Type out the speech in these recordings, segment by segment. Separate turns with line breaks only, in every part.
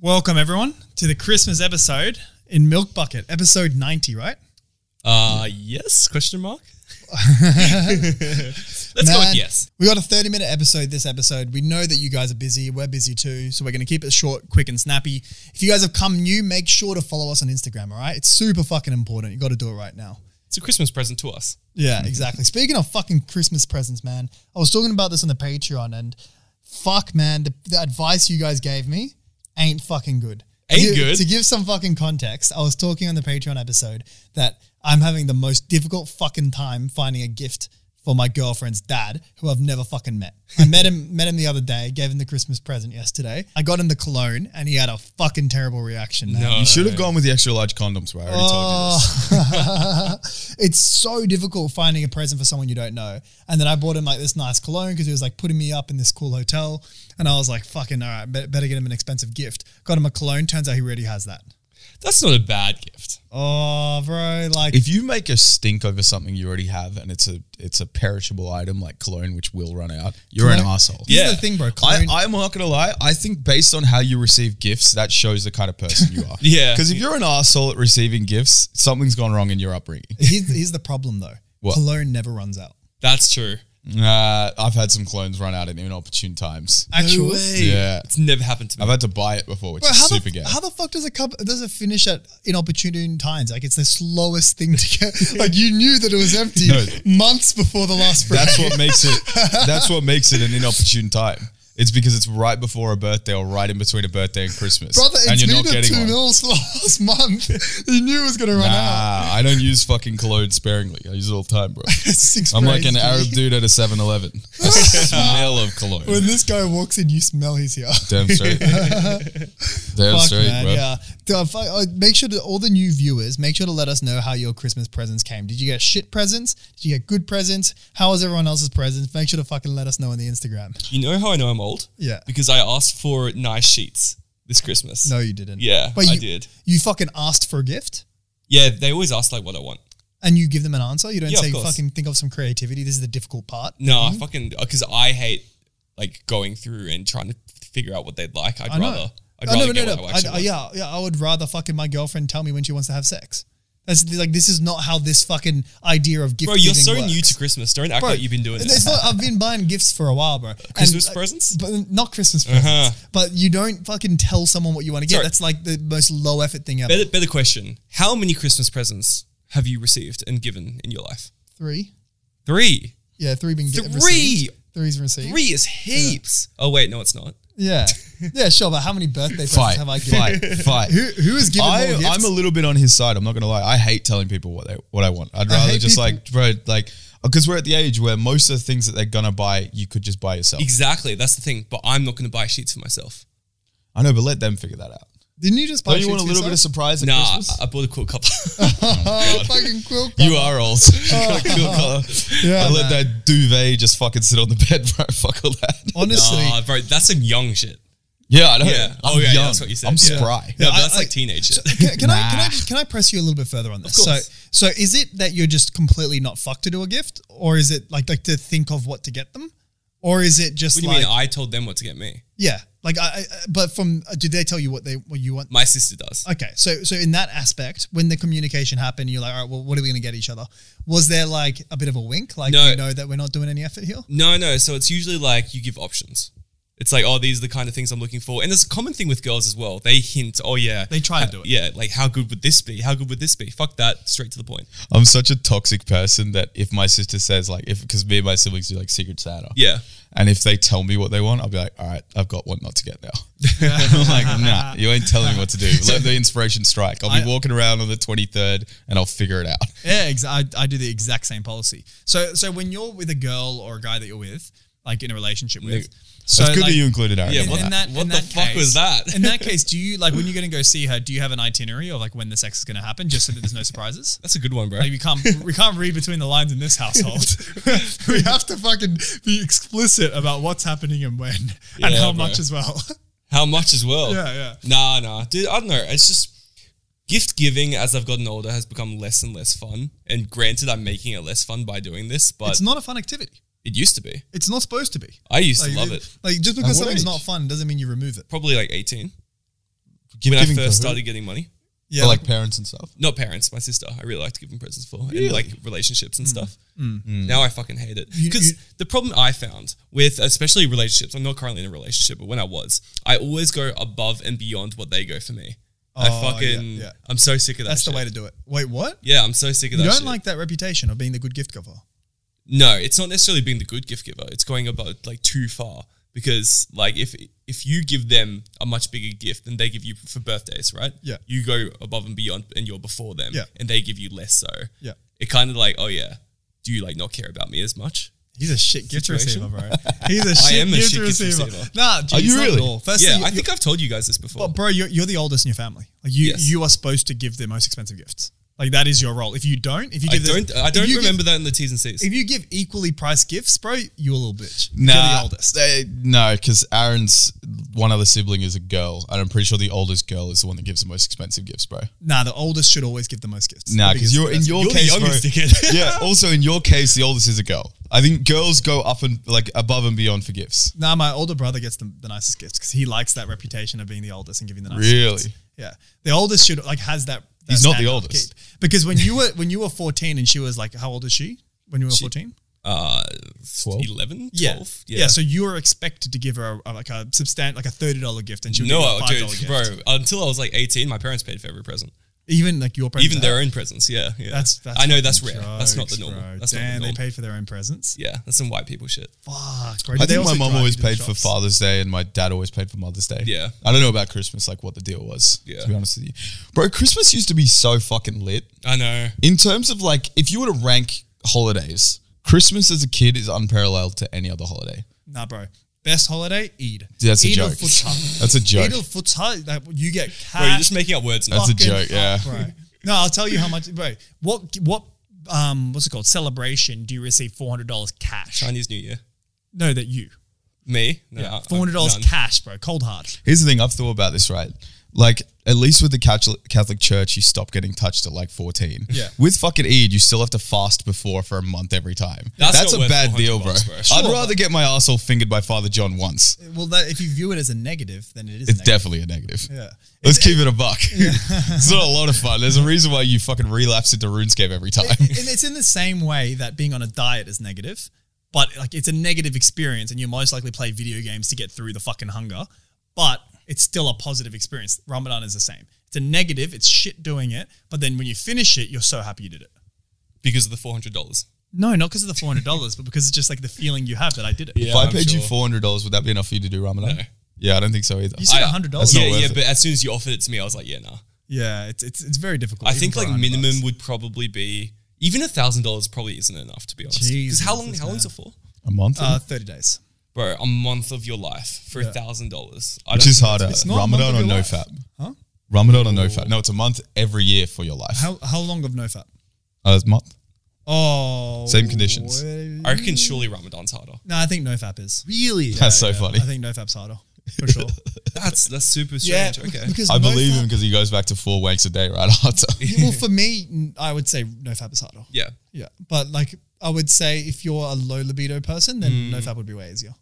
Welcome everyone to the Christmas episode in Milk Bucket, episode 90, right?
Uh, yes? Question mark. Let's go with
Man,
yes.
We got a 30 minute episode this episode. We know that you guys are busy. We're busy too. So we're going to keep it short, quick, and snappy. If you guys have come new, make sure to follow us on Instagram, all right? It's super fucking important. You got to do it right now.
It's a Christmas present to us.
Yeah, exactly. Speaking of fucking Christmas presents, man, I was talking about this on the Patreon and fuck, man, the, the advice you guys gave me ain't fucking good. To-
Ain't good?
To give some fucking context, I was talking on the Patreon episode that I'm having the most difficult fucking time finding a gift for my girlfriend's dad, who I've never fucking met. I met him met him the other day, gave him the Christmas present yesterday. I got him the cologne and he had a fucking terrible reaction. Man.
No.
You should have gone with the extra large condoms, bro. I already told you this.
it's so difficult finding a present for someone you don't know. And then I bought him like this nice cologne because he was like putting me up in this cool hotel. And I was like, fucking, all right, bet- better get him an expensive gift. Got him a cologne. Turns out he already has that.
That's not a bad gift.
Oh, bro. Like,
If you make a stink over something you already have, and it's a it's a perishable item like cologne, which will run out, you're an
Cologne-
asshole.
this is
yeah.
the thing, bro.
I,
Cologne,
I'm not gonna lie. I think based on how you receive gifts, that shows the kind of person you are.
Yeah.
Because if you're an asshole at receiving gifts, something's gone wrong in your upbringing.
here's, here's the problem though
What?
cologne never runs out.
That's true.
Uh, I've had some clones run out at inopportune times.
Actual-
Yeah.
It's never happened to me.
I've had to buy it before, which
Bro,
is
how,
super
the,
gay.
how the fuck does a cup does it finish at inopportune times? Like it's the slowest thing to get. like you knew that it was empty
No.
months before the last. break.
That's what makes it. That's what makes it an inopportune time. It's because it's right before a birthday or right in between a birthday and Christmas,
Brother,
and
it's been at two mils last month. You knew it was going to run out.
Nah, I don't use fucking cologne sparingly. I use it all the time, bro.
Six
I'm like
braids, G.
an Arab dude at a 7-Eleven. I smell of
When
cologne.
this guy walks in, you smell he's here.
Damn straight. Damn
Fuck,
straight,
man,
bro.
yeah. Dude, I fuck- uh, make sure to all the new viewers, make sure to let us know how your Christmas presents came. Did you get shit presents? Did you get good presents? How was everyone else's presents? Make sure to fucking let us know on the Instagram.
you know how I know I'm old?
Yeah.
Because I asked for nice sheets this Christmas.
No, you didn't.
Yeah,
Wait,
I
you-
did.
You fucking asked for a gift
Yeah, they always ask like what I want.
and you give them an answer. You don't
Yeah, of
say
course.
fucking think of some creativity. This is the difficult part.
No, I fucking because I hate like going through and trying to figure out what they'd like. I'd
I know.
rather. I'd
Oh,
rather
no,
get
no, no.
what I
I,
actually
I- yeah, yeah. I would rather fucking my girlfriend tell me when she wants to have sex. That's the- like this is not how this fucking idea of gift.
Bro, you're
giving
so
works.
new to Christmas. Don't act
Bro,
like you've been doing
It's
this.
not, I've been buying gifts for a while, bro. And,
Christmas
uh,
presents?
but not Christmas presents.
Uh-huh.
But you don't fucking tell someone what you want to get.
Sorry.
That's like the most low effort thing ever.
Better, better question. How many Christmas presents have you received and given in your life?
Three,
Three.
yeah, three been get-
Three!
received. Three's received.
Three is heaps. Oh wait, no, it's not.
Yeah, yeah, sure. But how many birthday presents
Fight,
have I
fight,
given?
fight.
Who who has given
I,
more gifts?
I'm a little bit on his side. I'm not gonna lie. I hate telling people what they what I want. I'd
I
rather
hate
just
people-
like, bro, like, because we're at the age where most of the things that they're gonna buy, you could just buy yourself.
Exactly. That's the thing. But I'm not going to buy sheets for myself.
I know, but let them figure that out.
Didn't you just buy?
Don't you want a
sheets
little
for
bit of
yourself?
surprise at
Nah,
Christmas?
I, I bought a cool cover.
Oh, fucking quilt.
You are old.
Oh. Yeah,
yeah, I let that duvet just fucking sit on the bed, bro. Fuck all that.
Honestly,
nah, Uh, bro, that's some young shit.
Yeah, I know.
Yeah.
I'm
oh yeah,
young.
that's what you said.
I'm
Yeah.
spry.
No,
Yeah,
but that's
I-
like teenage shit.
Can, can I can I
Nah.
just, can I press you a little bit further on this?
course.
So so is it that you're just completely not fucked to do a gift, or is it like like to think of what to get them, or is it just
What do you
like
mean? I told them what to get me.
yeah, like I, I but from uh, did they tell you what they what you want?
My sister does.
Okay, so so in that aspect, when the communication happened, you're like, all right, well, what are we gonna get each other? Was there like a bit of a wink, like
No.
you know that we're not doing any effort here?
No, no. So it's usually like you give options. It's like, oh, these are the kind of things I'm looking for. And it's a common thing with girls as well. They hint, oh yeah,
They try to
Ha-
do it.
Yeah, like how good would this be? How good would this be? Fuck that. Straight to the point.
I'm such a toxic person that if my sister says like, if because me and my siblings do like Secret Santa,
Yeah.
and if they tell me what they want, I'll be like, all right, I've got one not to get now. I'm like, nah, you ain't telling me what to do. Let the inspiration strike. I'll be
I-
walking around on the 23rd and I'll figure it out.
Yeah, ex- I, I do the exact same policy. So so when you're with a girl or a guy that you're with, like in a relationship with, so
It's good
like,
that you included Aaron.
Yeah,
in
what
that.
the- what the fuck was that?
in that case, do you like when you're going to go see her? Do you have an itinerary of like when the sex is going to happen, just so that there's no surprises?
That's a good one, bro.
Like we can't we can't read between the lines in this household. we have to fucking be explicit about what's happening and when and
Yeah,
how
bro. Oh,
much as well.
How much as well?
Yeah, yeah.
Nah, nah, dude. I don't know. It's just gift giving as I've gotten older has become less and less fun. And granted, I'm making it less fun by doing this, but
it's not a fun activity.
it used to be.
It's not supposed to be.
I used
Like,
to love it.
Like just because
what
something's
age?
not fun doesn't mean you remove it.
Probably like 18.
Give,
when I
giving
first
to who?
started getting money.
Yeah,
Or, like parents and stuff.
Not parents, my sister. I really liked giving presents for
Really?
and like relationships and stuff. Now I fucking hate it
Hmm. you-
because the problem I found with especially relationships. I'm not currently in a relationship, but when I was, I always go above and beyond what they go for me. I
Oh,
fucking,
yeah, yeah.
I'm so sick of that.
that's the
shit.
way to do it. Wait, what?
Yeah, I'm so sick of
You
that.
don't
shit.
like that reputation of being the good gift giver.
No, it's not necessarily being the good gift giver. It's going about like too far because like if if you give them a much bigger gift than they give you for birthdays, right?
Yeah.
You go above and beyond and you're before them
Yeah.
and they give you less so.
Yeah.
It kind of like, oh yeah, do you like not care about me as much?
He's a shit gift
Situation?
receiver, bro. He's a shit,
am a
gift,
shit gift
receiver.
receiver.
Nah, geez,
you
not
really?
at all. Firstly,
yeah,
you-
I think I've told you guys this before.
But bro, you're, you're the oldest in your family. Like you,
Yes.
you are supposed to give the most expensive gifts. Like that is your role. If you don't, if you
I
give, this-
don't I
if
don't
you give-
remember that in the T's and C's.
if you give equally priced gifts, bro, you a little bitch.
No,
You're the oldest.
no, because Aaron's one other sibling is a girl, and I'm pretty sure the oldest girl is the one that gives the most expensive gifts, bro.
Nah, the oldest should always give the most gifts.
Nah,
The
because
biggest,
you're in
best.
your
You're the
case,
youngest,
bro,
dickhead.
yeah. Also, in your case, the oldest is a girl. I think girls go up and like above and beyond for gifts.
Nah, my older brother gets the, the nicest gifts because he likes that reputation of being the oldest and giving the nicest.
Really?
gifts. Yeah. The oldest should like has that. that
He's not the
standard
oldest.
upkeep. because when you were when you were fourteen and she was like, how old is she? When you were fourteen,
uh
12?
11, 12?
yeah. yeah, So you were expected to give her a, a- like a substant like a thirty dollar gift, and she would
no,
give you a five
dude,
dollar gift.
bro. Until I was like 18, my parents paid for every present.
Even like your presents,
even their own presents. Yeah, yeah.
That's, that's
I know that's rare.
fucking
that's not the
jokes,
normal.
bro.
That's
Damn,
not the normal.
they paid for their own presents.
yeah, that's some white people shit.
Fuck, bro.
I
Did they
think my
also
mom
drive
always
you to the
paid for
shops?
Father's Day, and my dad always paid for Mother's Day.
Yeah.
I don't know about Christmas, like what the deal was.
Yeah.
to be honest with you, bro. Christmas used to be so fucking lit.
I know.
In terms of like, if you were to rank holidays, Christmas as a kid is unparalleled to any other holiday.
Nah, bro. Best holiday, Eid.
That's a
Eid
joke.
Al Fitr.
That's a joke.
Eid Al Fitr, that you get
Bro, you're
cash.
just making up words now.
That's a
fucking
joke,
fuck,
yeah.
Bro. No, I'll tell you how much, bro. What what um what's it called? Celebration? Do you receive four hundred dollars cash?
Chinese New Year.
No, that you
Me? No, I- I-
four hundred dollars
none.
cash, bro. Cold hard.
Here's the thing I've thought about this, right? Like, at least with the Catholic Catholic Church, you stop getting touched at like 14.
Yeah.
With fucking Eid, you still have to fast before for a month every time.
That's
That's,
not
a
worth
bad
400
deal, bro.
bucks, bro.
I'd
Sure,
rather get my asshole fingered by Father John once.
Well, that if you view it as a negative, then it is.
It's
a negative.
definitely a negative.
Yeah.
Let's keep it a buck. it's not a lot of fun. There's a reason why you fucking relapse into RuneScape every time.
and it's in the same way that being on a diet is negative, but like it's a negative experience, and you most likely play video games to get through the fucking hunger. But it's still a positive experience. Ramadan is the same. It's a negative. It's shit doing it, but then when you finish it, you're so happy you did it.
Because of the four hundred dollars.
No, not because of the four hundred dollars, but because it's just like the feeling you have that I did it.
if I
I'm
paid you
sure.
$400, would that be enough for you to do Ramadan?
No.
Yeah, I don't think so either.
You said
I-
hundred
that's
dollars.
not
yeah,
worth
yeah,
it.
but as soon as you offered it to me, I was like, yeah, nah.
yeah, it's it's it's very difficult.
I
even
think
for
like
100
minimum
bucks.
would probably be even a thousand dollars probably isn't enough to be honest. Because how long
Jesus,
how
man.
long's it for?
a month?
uh, thirty days.
Bro, a month of your life for a thousand dollars. I
Which
don't
is
think
harder,
it's not a
Ramadan
month
or
of your
no
life.
fat?
Huh?
Ramadan or no fat? No, it's a month every year for your life.
How how long of no fat?
Uh, it's a month.
Oh,
Same conditions.
wait.
that's- I reckon surely Ramadan's harder.
No, I think nofap is. Really?
That's so funny.
I think nofap's harder for sure.
That's that's super strange.
bec-
Okay.
Because
I believe him
nofap-
because he goes back to four wanks a day right after.
Well, for me, n- I would say nofap is harder.
Yeah.
Yeah, but like I would say, if you're a low libido person, then nofap would be way easier.
Mm.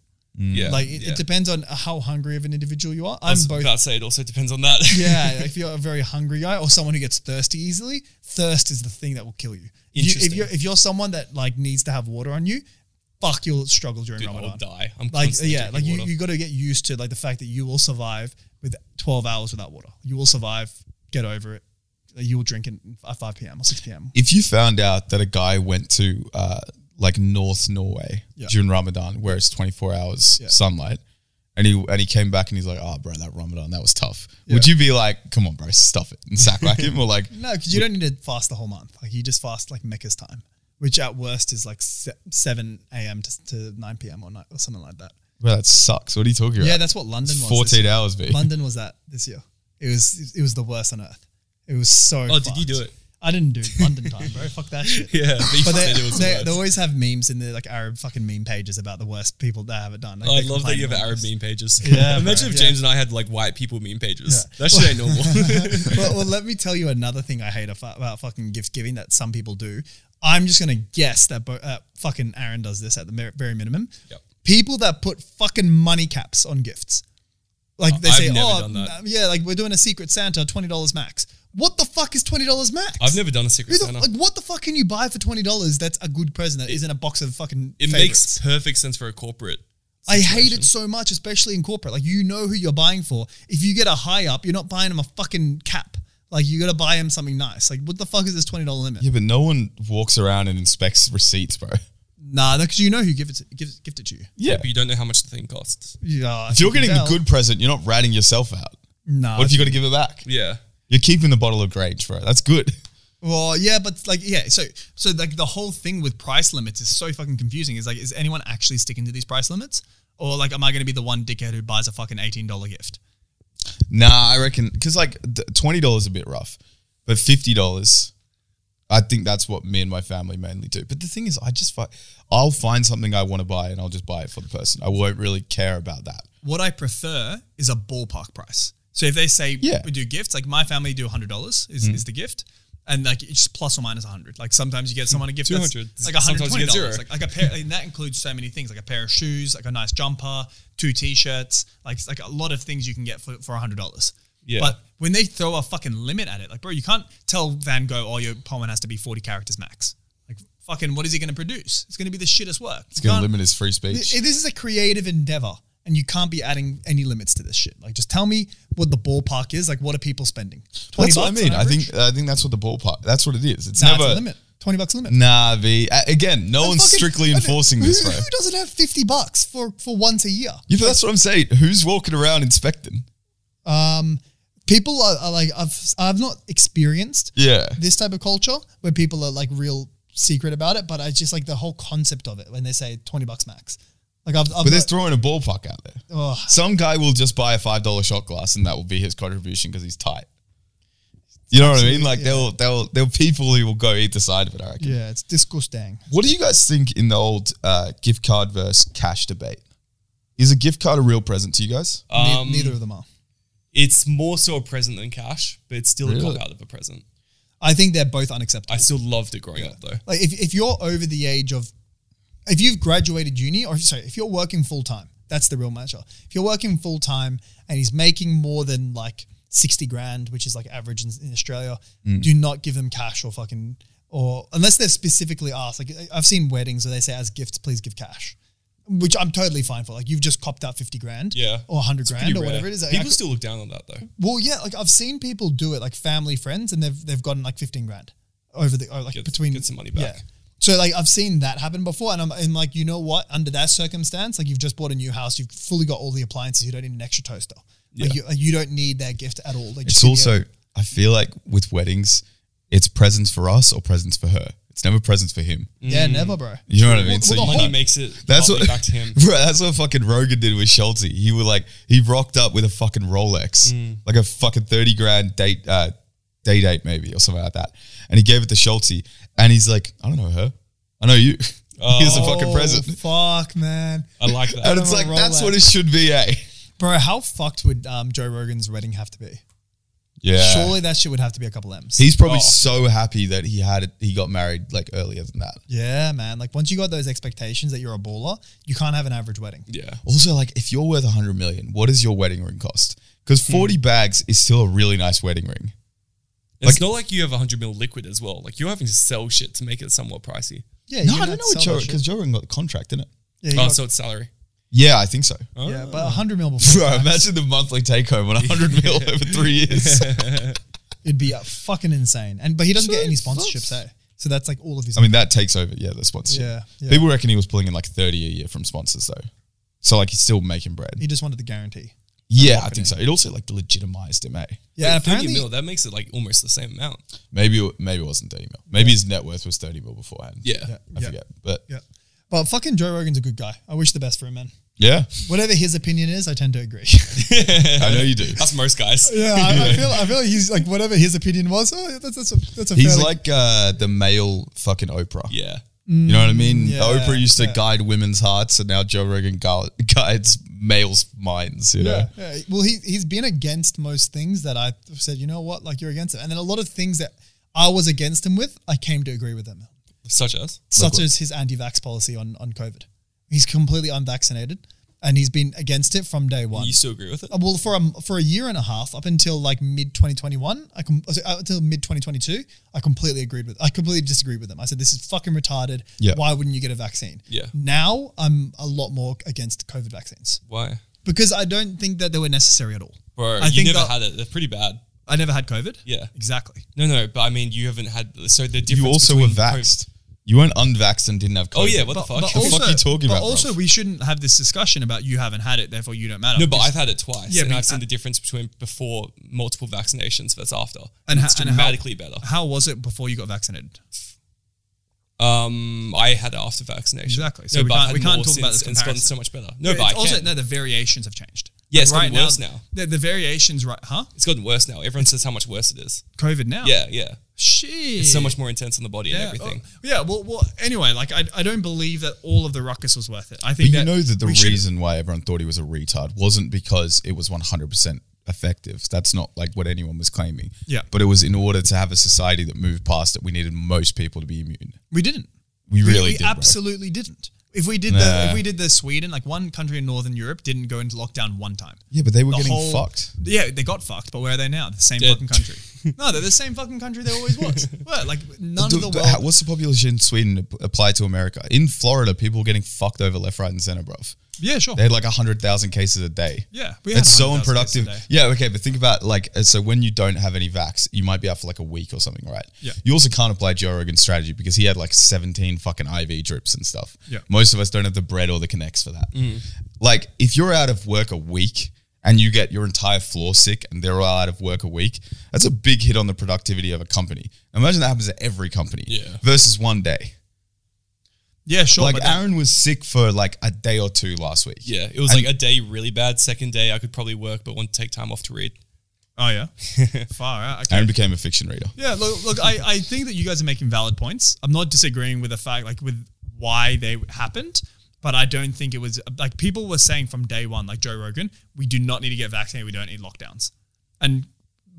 Hmm.
Yeah.
Like it,
yeah.
it depends on how hungry of an individual you are. I'm
I was
both.
about to say it also depends on that.
Yeah, if you're a very hungry guy or someone who gets thirsty easily, thirst is the thing that will kill you. If you-
Interesting.
if you're if you're someone that like needs to have water on you, fuck, you'll struggle during
Dude, I
Ramadan.
will die. I'm
like
constantly
yeah, like
drinking
you,
water.
you got to get used to like the fact that you will survive with 12 hours without water. You will survive, get over it. Like, You will drink it at 5 p.m. or 6 p.m.
if you found out that a guy went to uh, like North Norway
Yeah.
during Ramadan, where it's 24 hours
Yeah.
sunlight, and he and he came back and he's like, "Oh, bro, that Ramadan that was tough." Would you be like, "Come on, bro, stuff it and sack whack him," or like,
No, because you don't need to fast the whole month. Like you just fast like Mecca's time, which at worst is like se- 7 a.m. To, to 9 p.m. or night or something like that.
"Bro, that sucks." What are you talking
Yeah,
about?
that's what London was. this
14
year.
hours, V.
London was that this year. It was it was the worst on earth. It was so.
Oh, did
fucked.
you do it?
I didn't do London time, bro. Fuck that shit.
Yeah, but you
But they,
said it was
they, they
worse.
always have memes in the like Arab fucking meme pages about the worst people that have it done. Like,
Oh, I
they
love that
complain
you have
about
Arab
this.
meme pages.
Yeah,
Imagine
bro,
if
yeah.
James and I had like white people meme pages.
Yeah.
That shit ain't normal.
well, well, let me tell you another thing I hate af- about fucking gift giving that some people do. I'm just gonna guess that bo- uh, fucking Aaron does this at the mer- very minimum.
Yep.
People that put fucking money caps on gifts. Like they
I've
say,
never
oh
done that.
yeah, like we're doing a Secret Santa, twenty dollars max. What the fuck is twenty dollars max?
I've never done a Secret
Who the-
Santa.
like, what the fuck can you buy for twenty dollars? That's a good present that not a box of fucking.
It
favorites?
makes perfect sense for a corporate.
I hate
situation.
it so much, especially in corporate. Like you know who you're buying for. If you get a high up, you're not buying him a fucking cap. Like you gotta buy him something nice. Like what the fuck is this twenty dollar limit?
Yeah, but no one walks around and inspects receipts, bro.
Nah, because you know who gives it gives gifted to you.
Yeah, but you don't know how much the thing costs.
Yeah,
If you're getting a good present, you're not ratting yourself out.
Nah,
What if you got to give it back?
Yeah.
You're keeping the bottle of Grange, bro. That's good.
Well, yeah, but like, yeah, so so like the whole thing with price limits is so fucking confusing. Is like, is anyone actually sticking to these price limits, or like, am I going to be the one dickhead who buys a fucking eighteen dollar gift?
Nah, I reckon because like d- twenty dollars a bit rough, but fifty dollars, I think that's what me and my family mainly do. But the thing is, I just fi- I'll find something I want to buy and I'll just buy it for the person. I won't really care about that.
What I prefer is a ballpark price. So if they say
Yeah.
we do gifts, like my family do hundred dollars is,
Mm-hmm.
is the gift, and like it's just plus or minus hundred. Like sometimes you get someone a gift that's
200.
like hundred
Sometimes you
twenty
get zero.
dollars. Like, like a pair, and that includes so many things, like a pair of shoes, like a nice jumper, two t-shirts, like like a lot of things you can get for for hundred dollars.
Yeah.
But when they throw a fucking limit at it, like bro, you can't tell Van Gogh, oh, your poem has to be forty characters max. Like fucking, what is he going to produce? It's going to be the shittest work.
It's gonna limit his free speech.
Th- This is a creative endeavor, and you can't be adding any limits to this shit. Like, just tell me what the ballpark is. Like, what are people spending? 20
that's what I
bucks on
mean. I
average?
think I think that's what the ballpark. That's what it is. It's
nah,
never
it's a limit. Twenty bucks limit.
Nah, V. A- Again, no one's
Fucking-
strictly
I don't-
enforcing this,
who,
bro.
Who doesn't have fifty bucks for for once a year?
Yeah, but that's what I'm saying. Who's walking around inspecting?
People are, are like, I've I've not experienced
Yeah.
this type of culture where people are like real secret about it, but I just like the whole concept of it when they say twenty bucks max. Like, I've, I've
But they're
not- oh,
throwing a ballpark out there.
Ugh.
Some guy will just buy a five dollar shot glass, and that will be his contribution because he's tight. You know what I mean? Like they'll they'll they'll people who will go either side of it. I reckon.
yeah, it's disgusting.
What do you guys think in the old uh, gift card versus cash debate? Is a gift card a real present to you guys?
Ne-
Um,
neither of them are.
It's more so a present than cash, but it's still a
Really?
cop out of a present.
I think they're both unacceptable.
I still loved it growing up though.
Like if, if you're over the age of, if you've graduated uni, or sorry, if you're working full time, that's the real measure. If you're working full time and he's making more than like 60 grand, which is like average in, in Australia,
Mm.
do not give them cash or fucking, or unless they're specifically asked. Like I've seen weddings where they say as gifts, please give cash. Which I'm totally fine for. Like you've just copped out fifty grand,
Yeah.
or hundred
Pretty
grand, or
rare.
whatever it is. Like, I
People
could-
still look down on that though.
well, yeah, like I've seen people do it, like family friends, and they've they've gotten like fifteen grand over the or like
Get-
between
get some money back.
So like I've seen that happen before, and I'm, and like you know what? Under that circumstance, like you've just bought a new house, you've fully got all the appliances. You don't need an extra toaster. Like,
Yeah.
you, like you don't need that gift at all. Like
It's
just give me a-
also I feel like with weddings, it's presents for us or presents for her. It's never presents for him.
yeah,
Mm.
never, bro.
You know what I mean?
Well, well, the
you
whole-
Money
can't-
makes it
That's
lovely
what
back to him.
Bro, that's what fucking Rogan did with Schulte. He was like he rocked up with a fucking Rolex,
Mm.
like a fucking thirty grand date uh, day date maybe or something like that, and he gave it to Schulte, and he's like, I don't know her, I know you. Here's a fucking
Oh,
present,
Fuck, man,
I like that.
and it's
a
like that's
Rolex.
what it should be, eh?
bro. How fucked would um, Joe Rogan's wedding have to be?
Yeah,
Surely that shit would have to be a couple M's.
he's probably
Oh.
so happy that he had it, he got married like earlier than that.
yeah, man. Like once you got those expectations that you're a baller, you can't have an average wedding.
yeah.
Also, like if you're worth hundred million, what does your wedding ring cost? Because forty
Hmm.
bags is still a really nice wedding ring.
And
Like-
it's not like you have 100 mil liquid as well. Like you're having to sell shit to make it somewhat pricey.
Yeah,
No,
you're gonna
I don't
have
know what
to sell
Joe
that shit.
because Joe Rogan got the contract, didn't it?
Yeah, you
Oh,
got-
so it's salary.
Yeah, I think so.
yeah, but 100 mil before
Bro,
tax,
imagine the monthly take home on 100 mil over three years.
it'd be uh, fucking insane. And but he doesn't get any
Sweet
sponsorships, eh? So that's like all of his.
I mean, that takes over, yeah, the sponsorship.
Yeah, yeah.
People reckon he was pulling in like 30 a year from sponsors, though. So, like, he's still making bread.
he just wanted the guarantee.
yeah, I think so. It also, like, legitimized him, eh?
Yeah,
Wait, 30
apparently,
mil, that makes it like almost the same amount.
Maybe it, maybe it wasn't 30 mil. Maybe his net worth was 30 mil beforehand.
Yeah.
I
Yeah.
forget. But,
yeah. But fucking Joe Rogan's a good guy. I wish the best for him, man.
yeah,
Whatever his opinion is, I tend to agree.
I know you do.
That's most guys.
yeah, I, I feel I feel like he's like whatever his opinion was. Oh, yeah, that's that's a, that's a
He's
fairly-
like uh, the male fucking Oprah.
Yeah.
You know what I mean?
Mm, yeah,
Oprah used to
yeah.
guide women's hearts, and now Joe Rogan gu- guides males' minds, you know?
Yeah. yeah. Well, he he's been against most things that I said. You know what? Like you're against it, and then a lot of things that I was against him with, I came to agree with him.
Such as.
such
what-
as his anti-vax policy on on COVID. He's completely unvaccinated, and he's been against it from day one.
You still agree with it?
Uh, well, for a for a year and a half up until like mid 2021, I com- uh, so, uh, until mid 2022, I completely agreed with. I completely disagreed with them. I said this is fucking retarded.
Yeah.
Why wouldn't you get a vaccine?
Yeah.
Now I'm a lot more against COVID vaccines
Why?
because I don't think that they were necessary at all.
Bro,
I
you
think
never
that-
had it. They're pretty bad.
I never had COVID.
Yeah.
Exactly.
No, no, but I mean, you haven't had. So the difference.
You also were
between COVID-
vaxxed. You weren't unvaxxed and didn't have COVID.
Oh yeah, what the fuck?
The fuck you talking
but
about,
also,
bruv?
we shouldn't have this discussion about you haven't had it, therefore you don't matter.
No, but
Because-
I've had it twice,
Yeah,
and
but-
I've seen the difference between before multiple vaccinations versus after,
And
and,
ho-
it's
and how-
dramatically better.
how was it before you got vaccinated?
Um, I had it after vaccination.
Exactly.
So
so
no,
we
but I've
can't,
had
we can't
more
talk about
since,
this
and It's
comparison.
gotten so much better. No,
It's
but I
also
can.
no, the variations have changed.
Yeah, it's
Like,
gotten worse now.
The, the variations right, huh?
It's gotten worse now. Everyone says how much worse it is.
COVID now.
Yeah, yeah.
shit.
It's so much more intense on the body
Oh. Yeah,
and everything.
oh, yeah. Well, well. Anyway, like I, I don't believe that all of the ruckus was worth it. I
But
think
you
that
know that the
we should-
reason why everyone thought he was a retard wasn't because it was 100% effective. That's not like what anyone was claiming.
Yeah.
But it was in order to have a society that moved past it, we needed most people to be immune.
we didn't.
We really
we
did. Absolutely.
absolutely didn't. If we did the
Nah.
if we did the Sweden, like one country in Northern Europe didn't go into lockdown one time.
Yeah, but they were
The
getting
whole-
fucked.
Yeah, they got fucked, but where are they now? The same
Dead.
fucking country. no, they're the same fucking country they always was. What? Like none
Do-
of the
do-
world.
how- what's the population in Sweden ap- apply to America? In Florida, people were getting fucked over left, right, and center, bruv.
yeah, sure.
They had like 100,000 cases a day.
Yeah, we had
That's
100,000 cases
so
a
unproductive.
day.
Yeah, okay, but think about like uh, so when you don't have any vax, you might be out for like a week or something, right?
Yeah.
You also can't apply Joe Rogan's strategy because he had like 17 fucking IV drips and stuff.
Yeah. Mm.
Most of us don't have the bread or the connects for that. Like if you're out of work a week and you get your entire floor sick and they're all out of work a week, that's a big hit on the productivity of a company. Imagine that happens at every company.
Yeah.
Versus one day.
Yeah, sure.
Like
but
Aaron was sick for like a day or two last week.
Yeah, it was like a day really bad. Second day, I could probably work, but want to take time off to read.
oh yeah, far out. Okay.
Aaron became a fiction reader.
Yeah, look, look I, I think that you guys are making valid points. I'm not disagreeing with the fact, like, with why they happened, but I don't think it was like people were saying from day one, like Joe Rogan, we do not need to get vaccinated. We don't need lockdowns. And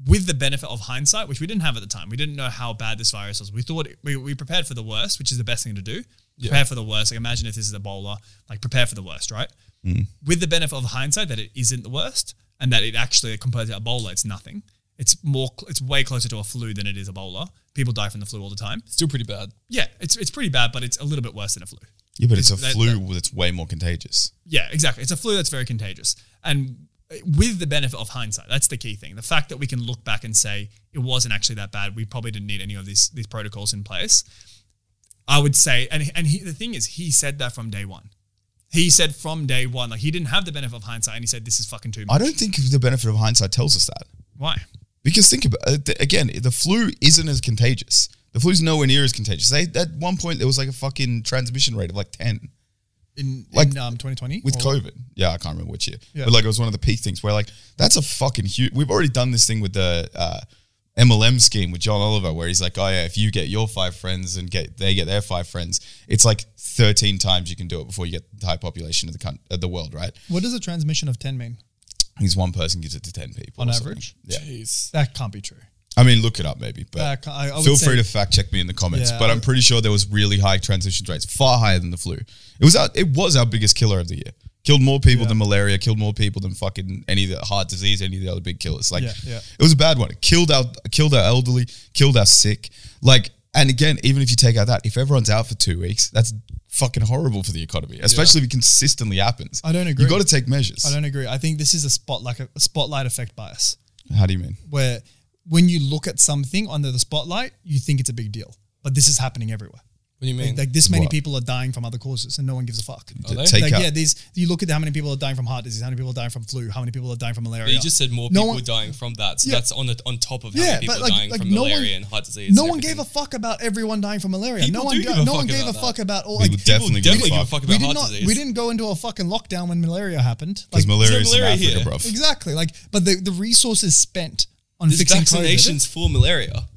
with the benefit of hindsight, which we didn't have at the time, we didn't know how bad this virus was. We thought it, we, we prepared for the worst, which is the best thing to do. Prepare for the worst. Like, imagine if this is Ebola, like, prepare for the worst, right? with the benefit of hindsight that it isn't the worst and that it actually compared to Ebola, it's nothing. It's more, it's way closer to a flu than it is Ebola. People die from the flu all the time.
Still pretty bad.
Yeah, it's it's pretty bad, but it's a little bit worse than a flu.
Yeah, but it's a
that-
flu that's way more contagious.
Yeah, exactly. It's a flu that's very contagious. And eh, with the benefit of hindsight, that's the key thing. The fact that we can look back and say it wasn't actually that bad. We probably didn't need any of these these protocols in place. I would say, and and he, the thing is, he said that from day one. He said from day one, like he didn't have the benefit of hindsight, and he said this is fucking too much.
I don't think the benefit of hindsight tells us that.
Why?
Because think about uh, th- again, the flu isn't as contagious. The flu's nowhere near as contagious. They, at one point, there was like a fucking transmission rate of like 10
in
Like,
in um 2020
with
Or-
COVID. Yeah, I can't remember which year.
Yeah.
But like it was one of the peak things where like, that's a fucking huge. We've already done this thing with the uh, MLM scheme with John Oliver where he's like, oh yeah, if you get your five friends and get they get their five friends, it's like 13 times you can do it before you get the entire population of the, coun- of the world, right?
What does a transmission of 10 mean?
Because one person gives it to 10 people.
On
or something.
average?
Yeah.
Jeez.
That can't be true.
I mean, look it up maybe, but
That ca- I- I would
feel
say-
free to fact check me in the comments.
Yeah,
but
I-
I'm pretty sure there was really high transition rates, far higher than the flu. It was our, it was our biggest killer of the year. Killed more people than malaria. Killed more people than fucking any of the heart disease, any of the other big killers. Like
Yeah, yeah.
it was a bad one. It killed our killed our elderly. Killed our sick. Like and again, even if you take out that, if everyone's out for two weeks, that's fucking horrible for the economy, especially if it consistently happens.
I don't agree.
You got to take measures.
I don't agree. I think this is a spot like a, a spotlight effect bias
How do you mean?
where when you look at something under the spotlight, you think it's a big deal. But this is happening everywhere.
What do you mean?
Like, like this many
What?
people are dying from other causes and no one gives a fuck.
Mm. they?
Take
Like
out.
yeah, these you look at how many people are dying from heart disease, how many people are dying from flu, how many people are dying from malaria.
But you just said more
No
people
one-
dying from that. So
Yeah.
that's on the, on top of how
Yeah,
many people
but,
are
like-
dying
like,
from
no one-
malaria and heart disease.
no
and
one gave a
everything.
fuck about everyone dying from malaria.
People
no one,
do
go-
give a
no
fuck
one gave
about
a
that.
fuck about all.
People
Like,
definitely,
definitely give a
give
fuck
fuck
about
we
heart
did not
disease.
we didn't go into a fucking lockdown when malaria happened. Like,
because malaria is in
malaria
Africa,
here.
bruv.
Exactly. Like, but the, the resources spent on
There's
fixing
vaccinations for malaria.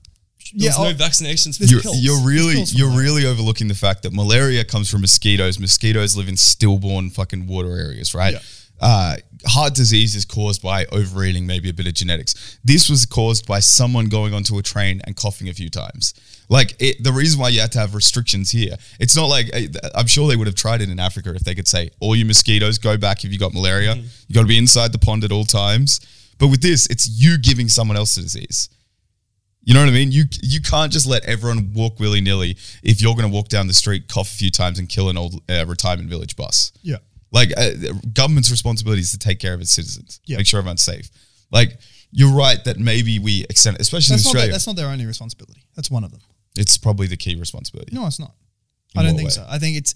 Yeah,
There's
oh,
no vaccinations for
There's
you're,
pills.
you're
There's
really
pills for
you're
malaria.
really overlooking the fact that malaria comes from mosquitoes. Mosquitoes live in stillborn fucking water areas, right? uh, heart disease is caused by overeating, maybe a bit of genetics. This was caused by someone going onto a train and coughing a few times. Like it, the reason why you had to have restrictions here, it's not like eh, I'm sure they would have tried it in Africa if they could say all you mosquitoes go back if you got malaria. You got to be inside the pond at all times. But with this, it's you giving someone else the disease. You know what I mean? You you can't just let everyone walk willy nilly if you're going to walk down the street, cough a few times, and kill an old uh, retirement village bus.
Yeah.
Like uh, government's responsibility is to take care of its citizens,
Yeah.
make sure everyone's safe. Like you're right that maybe we extend, especially
That's not,
in Australia,
their, that's not their only responsibility. That's one of them.
it's probably the key responsibility.
No, it's not.
In
I don't
what
think
way?
so. I think it's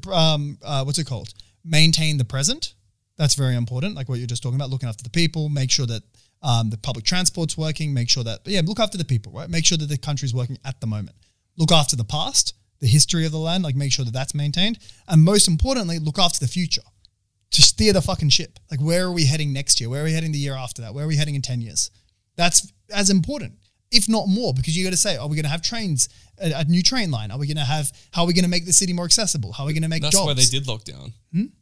pr- um, uh, what's it called? Maintain the present. That's very important. Like what you're just talking about, looking after the people, make sure that um, the public transport's working, make sure that yeah, look after the people, right? Make sure that the country's working at the moment. Look after the past, the history of the land, like make sure that that's maintained, and most importantly, look after the future. To steer the fucking ship. Like where are we heading next year? Where are we heading the year after that? Where are we heading in ten years? That's as important, if not more, because you got to say, are we going to have trains, a, a new train line? Are we going to have, how are we going to make the city more accessible? How are we going to make
That's
jobs?
why they did lockdown.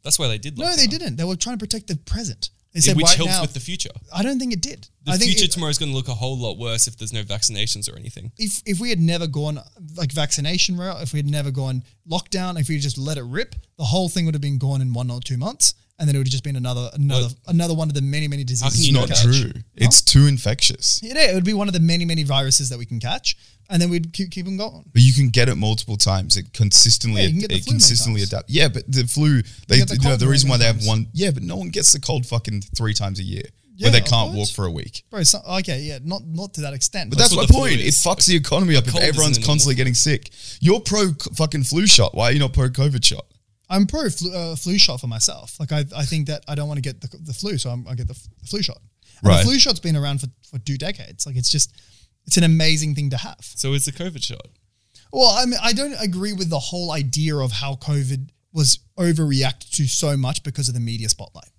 That's why they did. Lockdown.
Hmm? No, they didn't. They were trying to protect the present. They
Yeah,
said
which
right
helps
now.
with the future.
I don't think it did.
The
I think
future
it-
tomorrow is going to look a whole lot worse if there's no vaccinations or anything.
if if we had never gone like vaccination route, if we had never gone lockdown, if we just let it rip, the whole thing would have been gone in one or two months, and then it would have just been another another another one of the many many diseases.
can
we
It's
you
can
not
catch.
true. It's too infectious.
Yeah, it would be one of the many many viruses that we can catch, and then we'd keep keep them going.
But you can get it multiple times. It consistently,
Yeah, you can get the
it
flu many
consistently
times.
adapt. Yeah, but the flu, they,
get the
you know,
cold
the
more
reason why
many
they have
times.
one. Yeah, but no one gets the cold fucking three times a year,
Yeah,
where they
of
can't
course.
walk for a week.
Bro, so, okay, yeah, not not to that extent.
But that's,
what
my
the flu
point. It
is.
fucks the economy up if
cold isn't
everyone's
a normal
constantly getting sick. You're pro c- fucking flu shot. Why are you not pro COVID shot?
I'm pro flu, uh, flu shot for myself. Like I, I think that I don't want to get the, the flu, so I'm, I get the, f- the flu shot. And
Right.
The flu shot's been around for, for two decades. Like it's just, it's an amazing thing to have.
So it's the COVID shot.
Well, I mean, I don't agree with the whole idea of how COVID was overreacted to so much because of the media spotlight.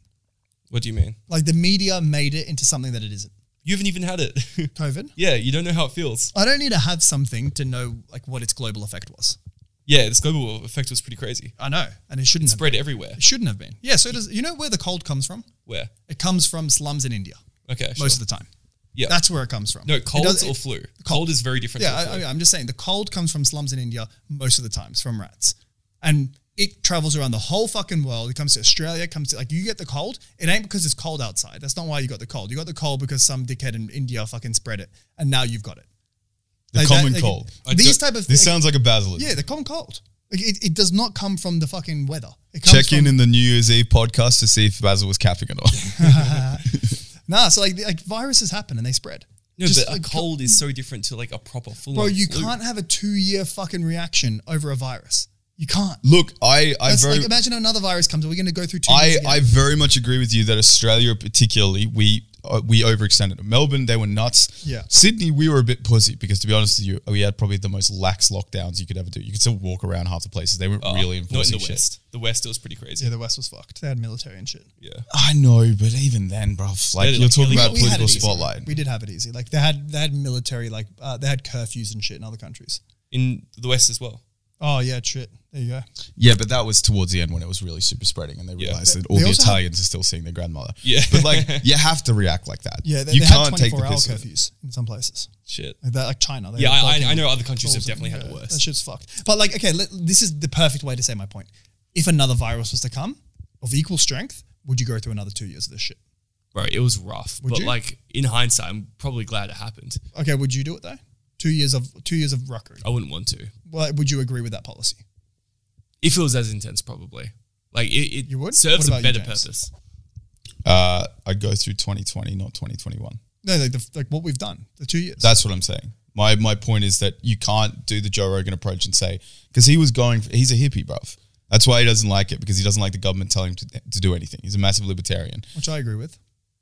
What do you mean?
Like the media made it into something that it isn't.
You haven't even had it.
COVID.
yeah, you don't know how it feels.
I don't need to have something to know like what its global effect was.
Yeah, this global effect was pretty crazy.
I know, and it shouldn't have been.
Spread everywhere.
It shouldn't have been. Yeah. So does you know where the cold comes from?
Where?
It comes from slums in India
Okay.
most
sure.
of the time.
Yeah.
That's where it comes from.
no,
It
colds
does-
or
it-
flu. Cold. is very different.
Yeah,
Yeah. To
I,
flu.
I- I'm just saying the cold comes from slums in India most of the times from rats, and it travels around the whole fucking world. It comes to Australia. It comes to like you get the cold. It ain't because it's cold outside. That's not why you got the cold. You got the cold because some dickhead in India fucking spread it, and now you've got it.
The
Like that-
common
like,
cold.
I
These
don't-
type of
This
like,
sounds like a basilisk.
yeah, the common cold. Like, it, it does not come from the fucking weather. It comes
Check
from,
in in the New Year's Eve podcast to see if Basil was capping or not.
Nah, so like like viruses happen and they spread.
no,
Just
but
like,
a cold is so different to like a proper full.
bro, you can't have a two year fucking reaction over a virus. You can't.
Look, I, I
That's
very,
like imagine another virus comes. Are we going to go through two?
I,
years again?
I very much agree with you that Australia, particularly, we uh, we overextended. Melbourne, they were nuts.
Yeah.
Sydney, we were a bit pussy because, to be honest with you, we had probably the most lax lockdowns you could ever do. You could still walk around half Oh, the places. They weren't really
not in
enforcing
the
shit.
west. The west it was pretty crazy.
Yeah, the West was fucked. They had military and shit.
Yeah.
I know, but even then, bro, like
Yeah,
you're
like,
talking
illegal-
about
We had
political
it easy.
spotlight.
We did have it easy. Like they had they had military like uh, they had curfews and shit in other countries.
in the west as well.
Oh yeah, shit. There you go.
Yeah, but that was towards the end when it was really super spreading, and they realized that all
They
the
also had-
Italians are still seeing their grandmother.
Yeah.
but like you have to react like that.
Yeah, they,
you
they
can't
had twenty
take the
four hour
piss. out of it.
curfews in some places.
Shit.
Like, that, like China. They
Yeah,
had
I- I-
fucking
I know other countries have
controls and-
definitely had it worse.
That shit's fucked. But like, okay, let, this is the perfect way to say my point. If another virus was to come of equal strength, would you go through another two years of this shit?
Bro, it was rough. but
you?
like in hindsight, I'm probably glad it happened.
Okay, would you do it though? Two years of two years of record.
I wouldn't want to.
Well, would you agree with that policy?
If it was as intense, probably. Like it, it
You would?
serves
What
a
about you,
better
James?
purpose.
Uh, I'd go through 2020, not 2021.
No, like, the, like what we've done, the two years.
That's what I'm saying. My my point is that you can't do the Joe Rogan approach and say because he was going. For, he's a hippie, bruv. That's why he doesn't like it because he doesn't like the government telling him to, to do anything. He's a massive libertarian.
which I agree with.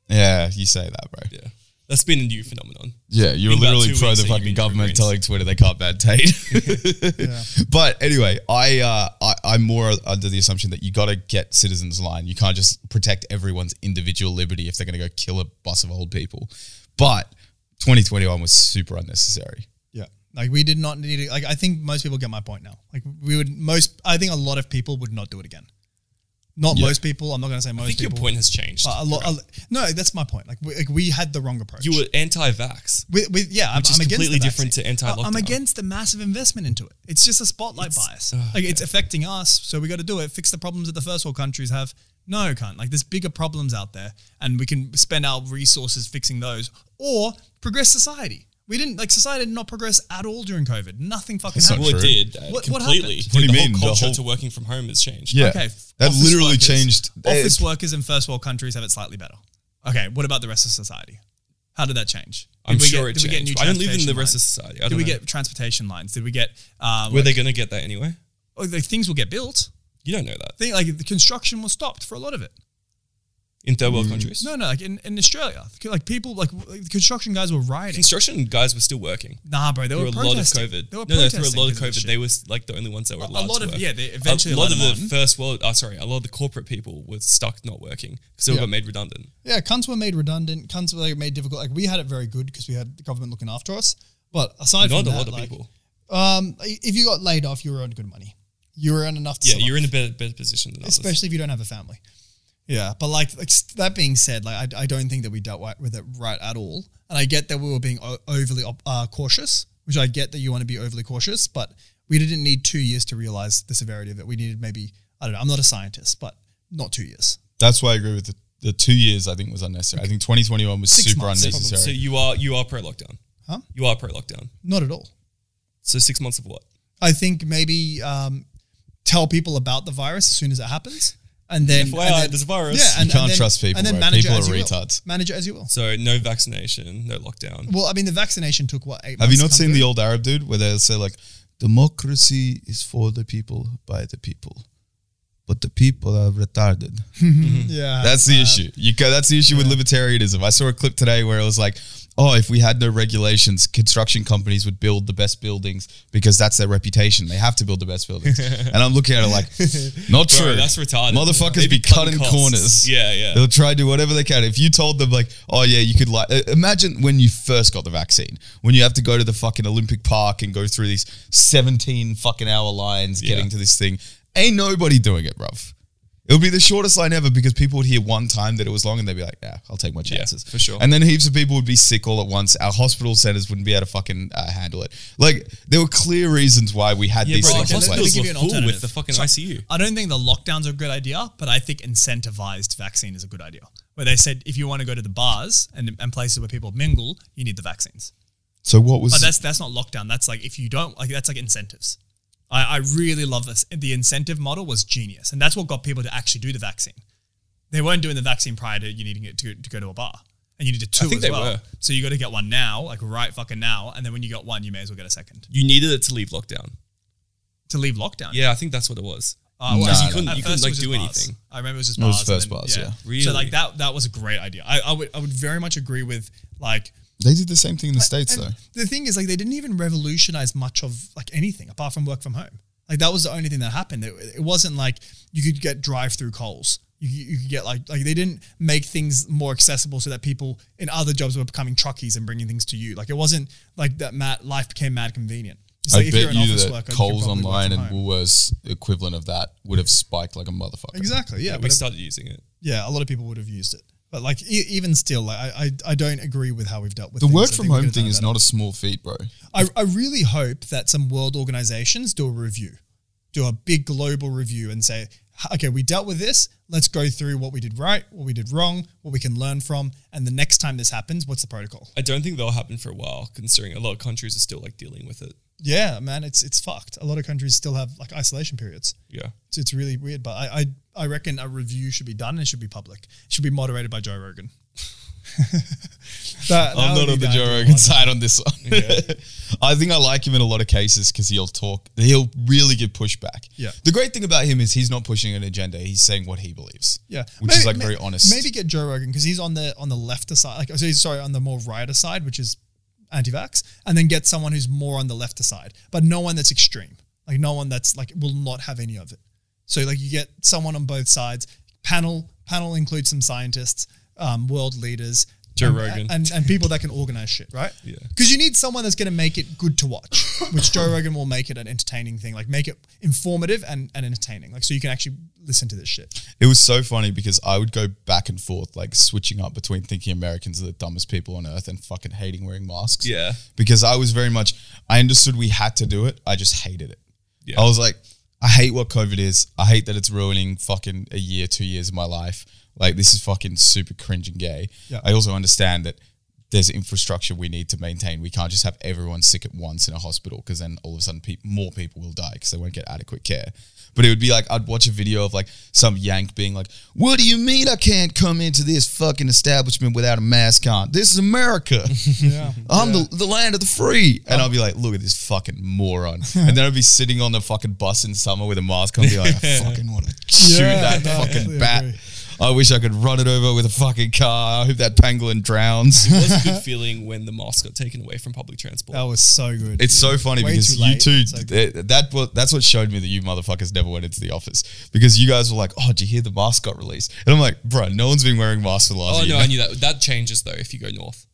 Yeah, you say that, bro.
Yeah. That's been a new phenomenon.
Yeah, you were
Been about
literally
two
pro
weeks that you've
the fucking
been
government
Greens.
telling Twitter they can't ban Tate. But anyway, I, uh, I I'm more under the assumption that you got to get citizens in line. You can't just protect everyone's individual liberty if they're going to go kill a bus of old people. But 2021 was super unnecessary.
Yeah. Like we did not need to, like I think most people get my point now. Like we would most I think a lot of people would not do it again. Not most people. I'm not going to say most
I think your
people.
point has changed.
but a lot. a- no, that's my point. Like we, like we had the wrong approach.
you were anti-vax.
with, with yeah, I'm,
Which is
I'm against
completely
the
different
vaccine.
to anti-lockdown.
I- I'm against the massive investment into it. It's just a spotlight bias. like it's affecting us, so we got to do it. Fix the problems that the first world countries have. No, can't. Like there's bigger problems out there, and we can spend our resources fixing those or progress society. We didn't like society did not progress at all during COVID. Nothing fucking
That's not
happened.
Well,
true.
it did uh,
What- what
completely.
happened?
What do you
the
mean? The
Whole culture
whole-
to working from home has changed.
Yeah,
Okay,
that
office
literally
workers-
changed.
Office
It's-
workers in first world countries have it slightly better. Okay, what about the rest of society? How did that change? Did
I'm
we
sure
get,
it
did we get
changed.
new
I don't live in
transportation
the rest of
lines?
society. I
Did
don't
we
know.
get transportation lines? Did we get um,
Where they're going to get that anyway?
oh, like, things will get built.
You don't know that
Thing like the construction was stopped for a lot of it.
in third world countries.
Mm. No, no, like in, in Australia, like people like, like the construction guys were rioting.
Construction guys were still working.
Nah, bro, they were
Through a lot of
protesting.
COVID.
They were
no, no,
protesting
through a lot of
because this
COVID,
shit.
they were like the only ones that were allowed
lot
to
of-
work.
yeah, they eventually
a lot
let
of
them
the
on.
first world. Oh, sorry, a lot of the corporate people were stuck not working because they
Yeah.
got made redundant.
Yeah, cunts were made redundant. Cunts were like, made difficult. Like we had it very good because we had the government looking after us. But aside
Not
from
a
that,
lot of
like,
people.
um, if you got laid off, you were on good money. You were on enough. To
Yeah,
survive.
you're in a better, better position than others.
especially if you don't have a family. Yeah, but like, like s- that being said, like I, I don't think that we dealt wi- with it right at all, and I get that we were being o- overly op- uh, cautious, which I get that you want to be overly cautious, but we didn't need two years to realize the severity of it. We needed maybe I don't know. I'm not a scientist, but not two years.
That's why I agree with the, the two years. I think was unnecessary. I think 2021 was
Six
super
months,
unnecessary.
So you are you are pro lockdown.
Huh?
You are pro lockdown.
Not at all.
So six months of what?
I think maybe um, tell people about the virus as soon as it happens, and then,
FYI,
and then-
there's a virus.
Yeah,
You
and,
can't
and then,
trust people,
And then
bro.
manage it
People
as
are
you will.
retards.
Manage it as you will.
So no vaccination, no lockdown.
Well, I mean, the vaccination took what eight.
Have
months
you
to come
not seen
through?
the old Arab dude where they say like, democracy is for the people by the people, but the people are retarded.
Mm-hmm. Yeah,
That's the issue. You go, that's the issue with libertarianism. I saw a clip today where it was like, oh, if we had no regulations, construction companies would build the best buildings because that's their reputation. They have to build the best buildings. and I'm looking at it like, not
Bro,
true.
that's retarded.
Motherfuckers
They'd be
be,
cutting
cutting
costs.
corners.
Yeah, yeah.
They'll try to do whatever they can. If you told them like, oh yeah, you could like, uh, imagine when you first got the vaccine, when you have to go to the fucking Olympic Park and go through these 17 fucking hour lines getting to this thing. Ain't nobody doing it, bruv. It would be the shortest line ever because people would hear one time that it was long and they'd be like, yeah, I'll take my chances.
for sure.
And then heaps of people would be sick all at once. Our hospital centers wouldn't be able to fucking uh, handle it. Like, there were clear reasons why we had these
bro,
things in
okay, let me
place.
hospitals
give
were
you an
full with
alternative.
the fucking
So-
ICU.
I don't think the lockdown's a good idea, but I think incentivized vaccine is a good idea. Where they said if you want to go to the bars and, and places where people mingle, you need the vaccines.
So, what was.
But Oh, that's that's not lockdown. That's like if you don't like that's like incentives. I, I really love this. The incentive model was genius, and that's what got people to actually do the vaccine. They weren't doing the vaccine prior to you needing it to, to go to a bar, and you needed two
think
as
they
well.
were.
So you got to get one now, like right fucking now, and then when you got one, you may as well get a second
You needed it to leave lockdown.
to leave lockdown.
Yeah, I think that's what it was.
Uh, well,
Nah,
at
you
first-
couldn't-
at
you couldn't,
first
like,
it was
do
just bars.
anything.
I remember it was just
It
bars.
was
and
first bars, yeah.
So
Really?
like that that was a great idea. I, I would I would very much agree with like
they did the same thing in the States,
and
though.
the thing is like they didn't even revolutionize much of like anything apart from work from home. Like that was the only thing that happened. It, it wasn't like you could get drive through Coles. You, you you could get like like they didn't make things more accessible so that people in other jobs were becoming truckies and bringing things to you. Like it wasn't like that. Mad, life became mad convenient. It's
I
like
bet you that
can
Coles
probably work
online
from
and
home.
Woolworths equivalent of that would have spiked like a motherfucker.
exactly yeah.
Yeah,
but
we
it-
started using it.
yeah, a lot of people would have used it. But like e- even still, like, I, I I don't agree with how we've dealt with
The
things.
work
I
from
think we
home
could've
thing
done
is
better.
not a small feat, bro.
I, I really hope that some world organizations do a review, do a big global review, and say, "H- okay, we dealt with this. Let's go through what we did right, what we did wrong, what we can learn from, and the next time this happens, what's the protocol?
I don't think that'll happen for a while, considering a lot of countries are still like dealing with it.
Yeah, man, it's it's fucked. A lot of countries still have like isolation periods.
Yeah.
It's, it's really weird, but I, I I reckon a review should be done and it should be public. It should be moderated by Joe Rogan. That- that would
I'm not
be
on the
the
Joe
ideal
Rogan
one.
side on this one. I think I like him in a lot of cases because he'll talk. He'll really give pushback.
Yeah.
The great thing about him is he's not pushing an agenda. He's saying what he believes.
Yeah,
Which is like
ma-
very honest.
Maybe get Joe Rogan because he's on the on the lefter side, like so he's, sorry, on the more righter side, which is anti-vax, and then get someone who's more on the lefter side, but no one that's extreme, like no one that's like will not have any of it. So like you get someone on both sides. Panel panel includes some scientists, um, world leaders,
Joe
and,
Rogan.
and and people that can organize shit, right?
Yeah.
Because you need someone that's going to make it good to watch, which Joe Rogan will make it an entertaining thing, like make it informative and, and entertaining, like so you can actually listen to this shit.
It was so funny because I would go back and forth, like switching up between thinking Americans are the dumbest people on earth and fucking hating wearing masks.
Yeah.
Because I was very much, I understood we had to do it. I just hated it.
Yeah.
I was like, I hate what COVID is. I hate that it's ruining fucking a year, two years of my life. Like, this is fucking super cringe and gay.
Yeah.
I also understand that there's infrastructure we need to maintain. We can't just have everyone sick at once in a hospital because then all of a sudden peop more people will die because they won't get adequate care. But it would be like I'd watch a video of like some yank being like, "What do you mean I can't come into this fucking establishment without a mask on? This is America."
Yeah. Oh.
I'm the, the land of the free. And I'll be like, look at this fucking moron. and then I'll be sitting on the fucking bus in summer with a mask on and be like, I fucking want to shoot
Yeah,
that
no, I
fucking
completely
bat.
agree.
I wish I could run it over with a fucking car. I hope that pangolin drowns.
It was a good feeling when the mask got taken away from public transport.
That was so good.
It's so funny
Way
because
too late.
you
It's
two,
like-
th- that wa- that's what showed me that you motherfuckers never went into the office because you guys were like, "Oh, did you hear the mask got released?" And I'm like, "Bro, no one's been wearing masks for the last
Oh
year."
no, I knew that. That changes though if you go north.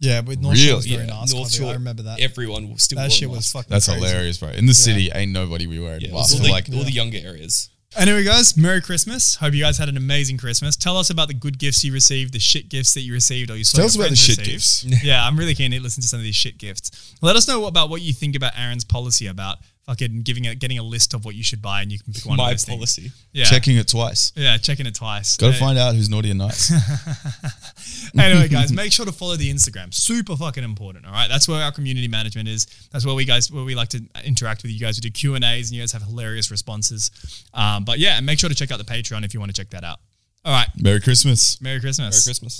yeah, with North
Real-
Shore was very
Yeah,
nice.
North
coffee.
Shore.
I remember that.
Everyone was still.
that
wore
shit
a
was
mask.
fucking.
that's
crazy.
hilarious, bro. In the city, ain't nobody be wearing
Yeah, it was
masks.
all,
for
the,
like,
all the younger areas.
Anyway, guys, Merry Christmas. Hope you guys had an amazing Christmas. Tell us about the good gifts you received, the shit gifts that you received, or you saw.
Tell
your
us about the
friends
shit
receive.
gifts.
yeah, I'm really keen to listen to some of these shit gifts. Let us know about what you think about Aaron's policy about fucking giving a, getting a list of what you should buy, and you can pick one.
My
of those things.
policy.
Yeah,
checking it twice.
yeah, checking it twice.
Go
Yeah.
find out who's naughty and nice.
anyway, guys, make sure to follow the Instagram. Super fucking important. All right, that's where our community management is. That's where we guys where we like to interact with you guys. We do Q and A's, and you guys have hilarious responses. Um, but yeah, and make sure to check out the Patreon if you want to check that out. All right,
Merry Christmas.
Merry Christmas.
Merry Christmas.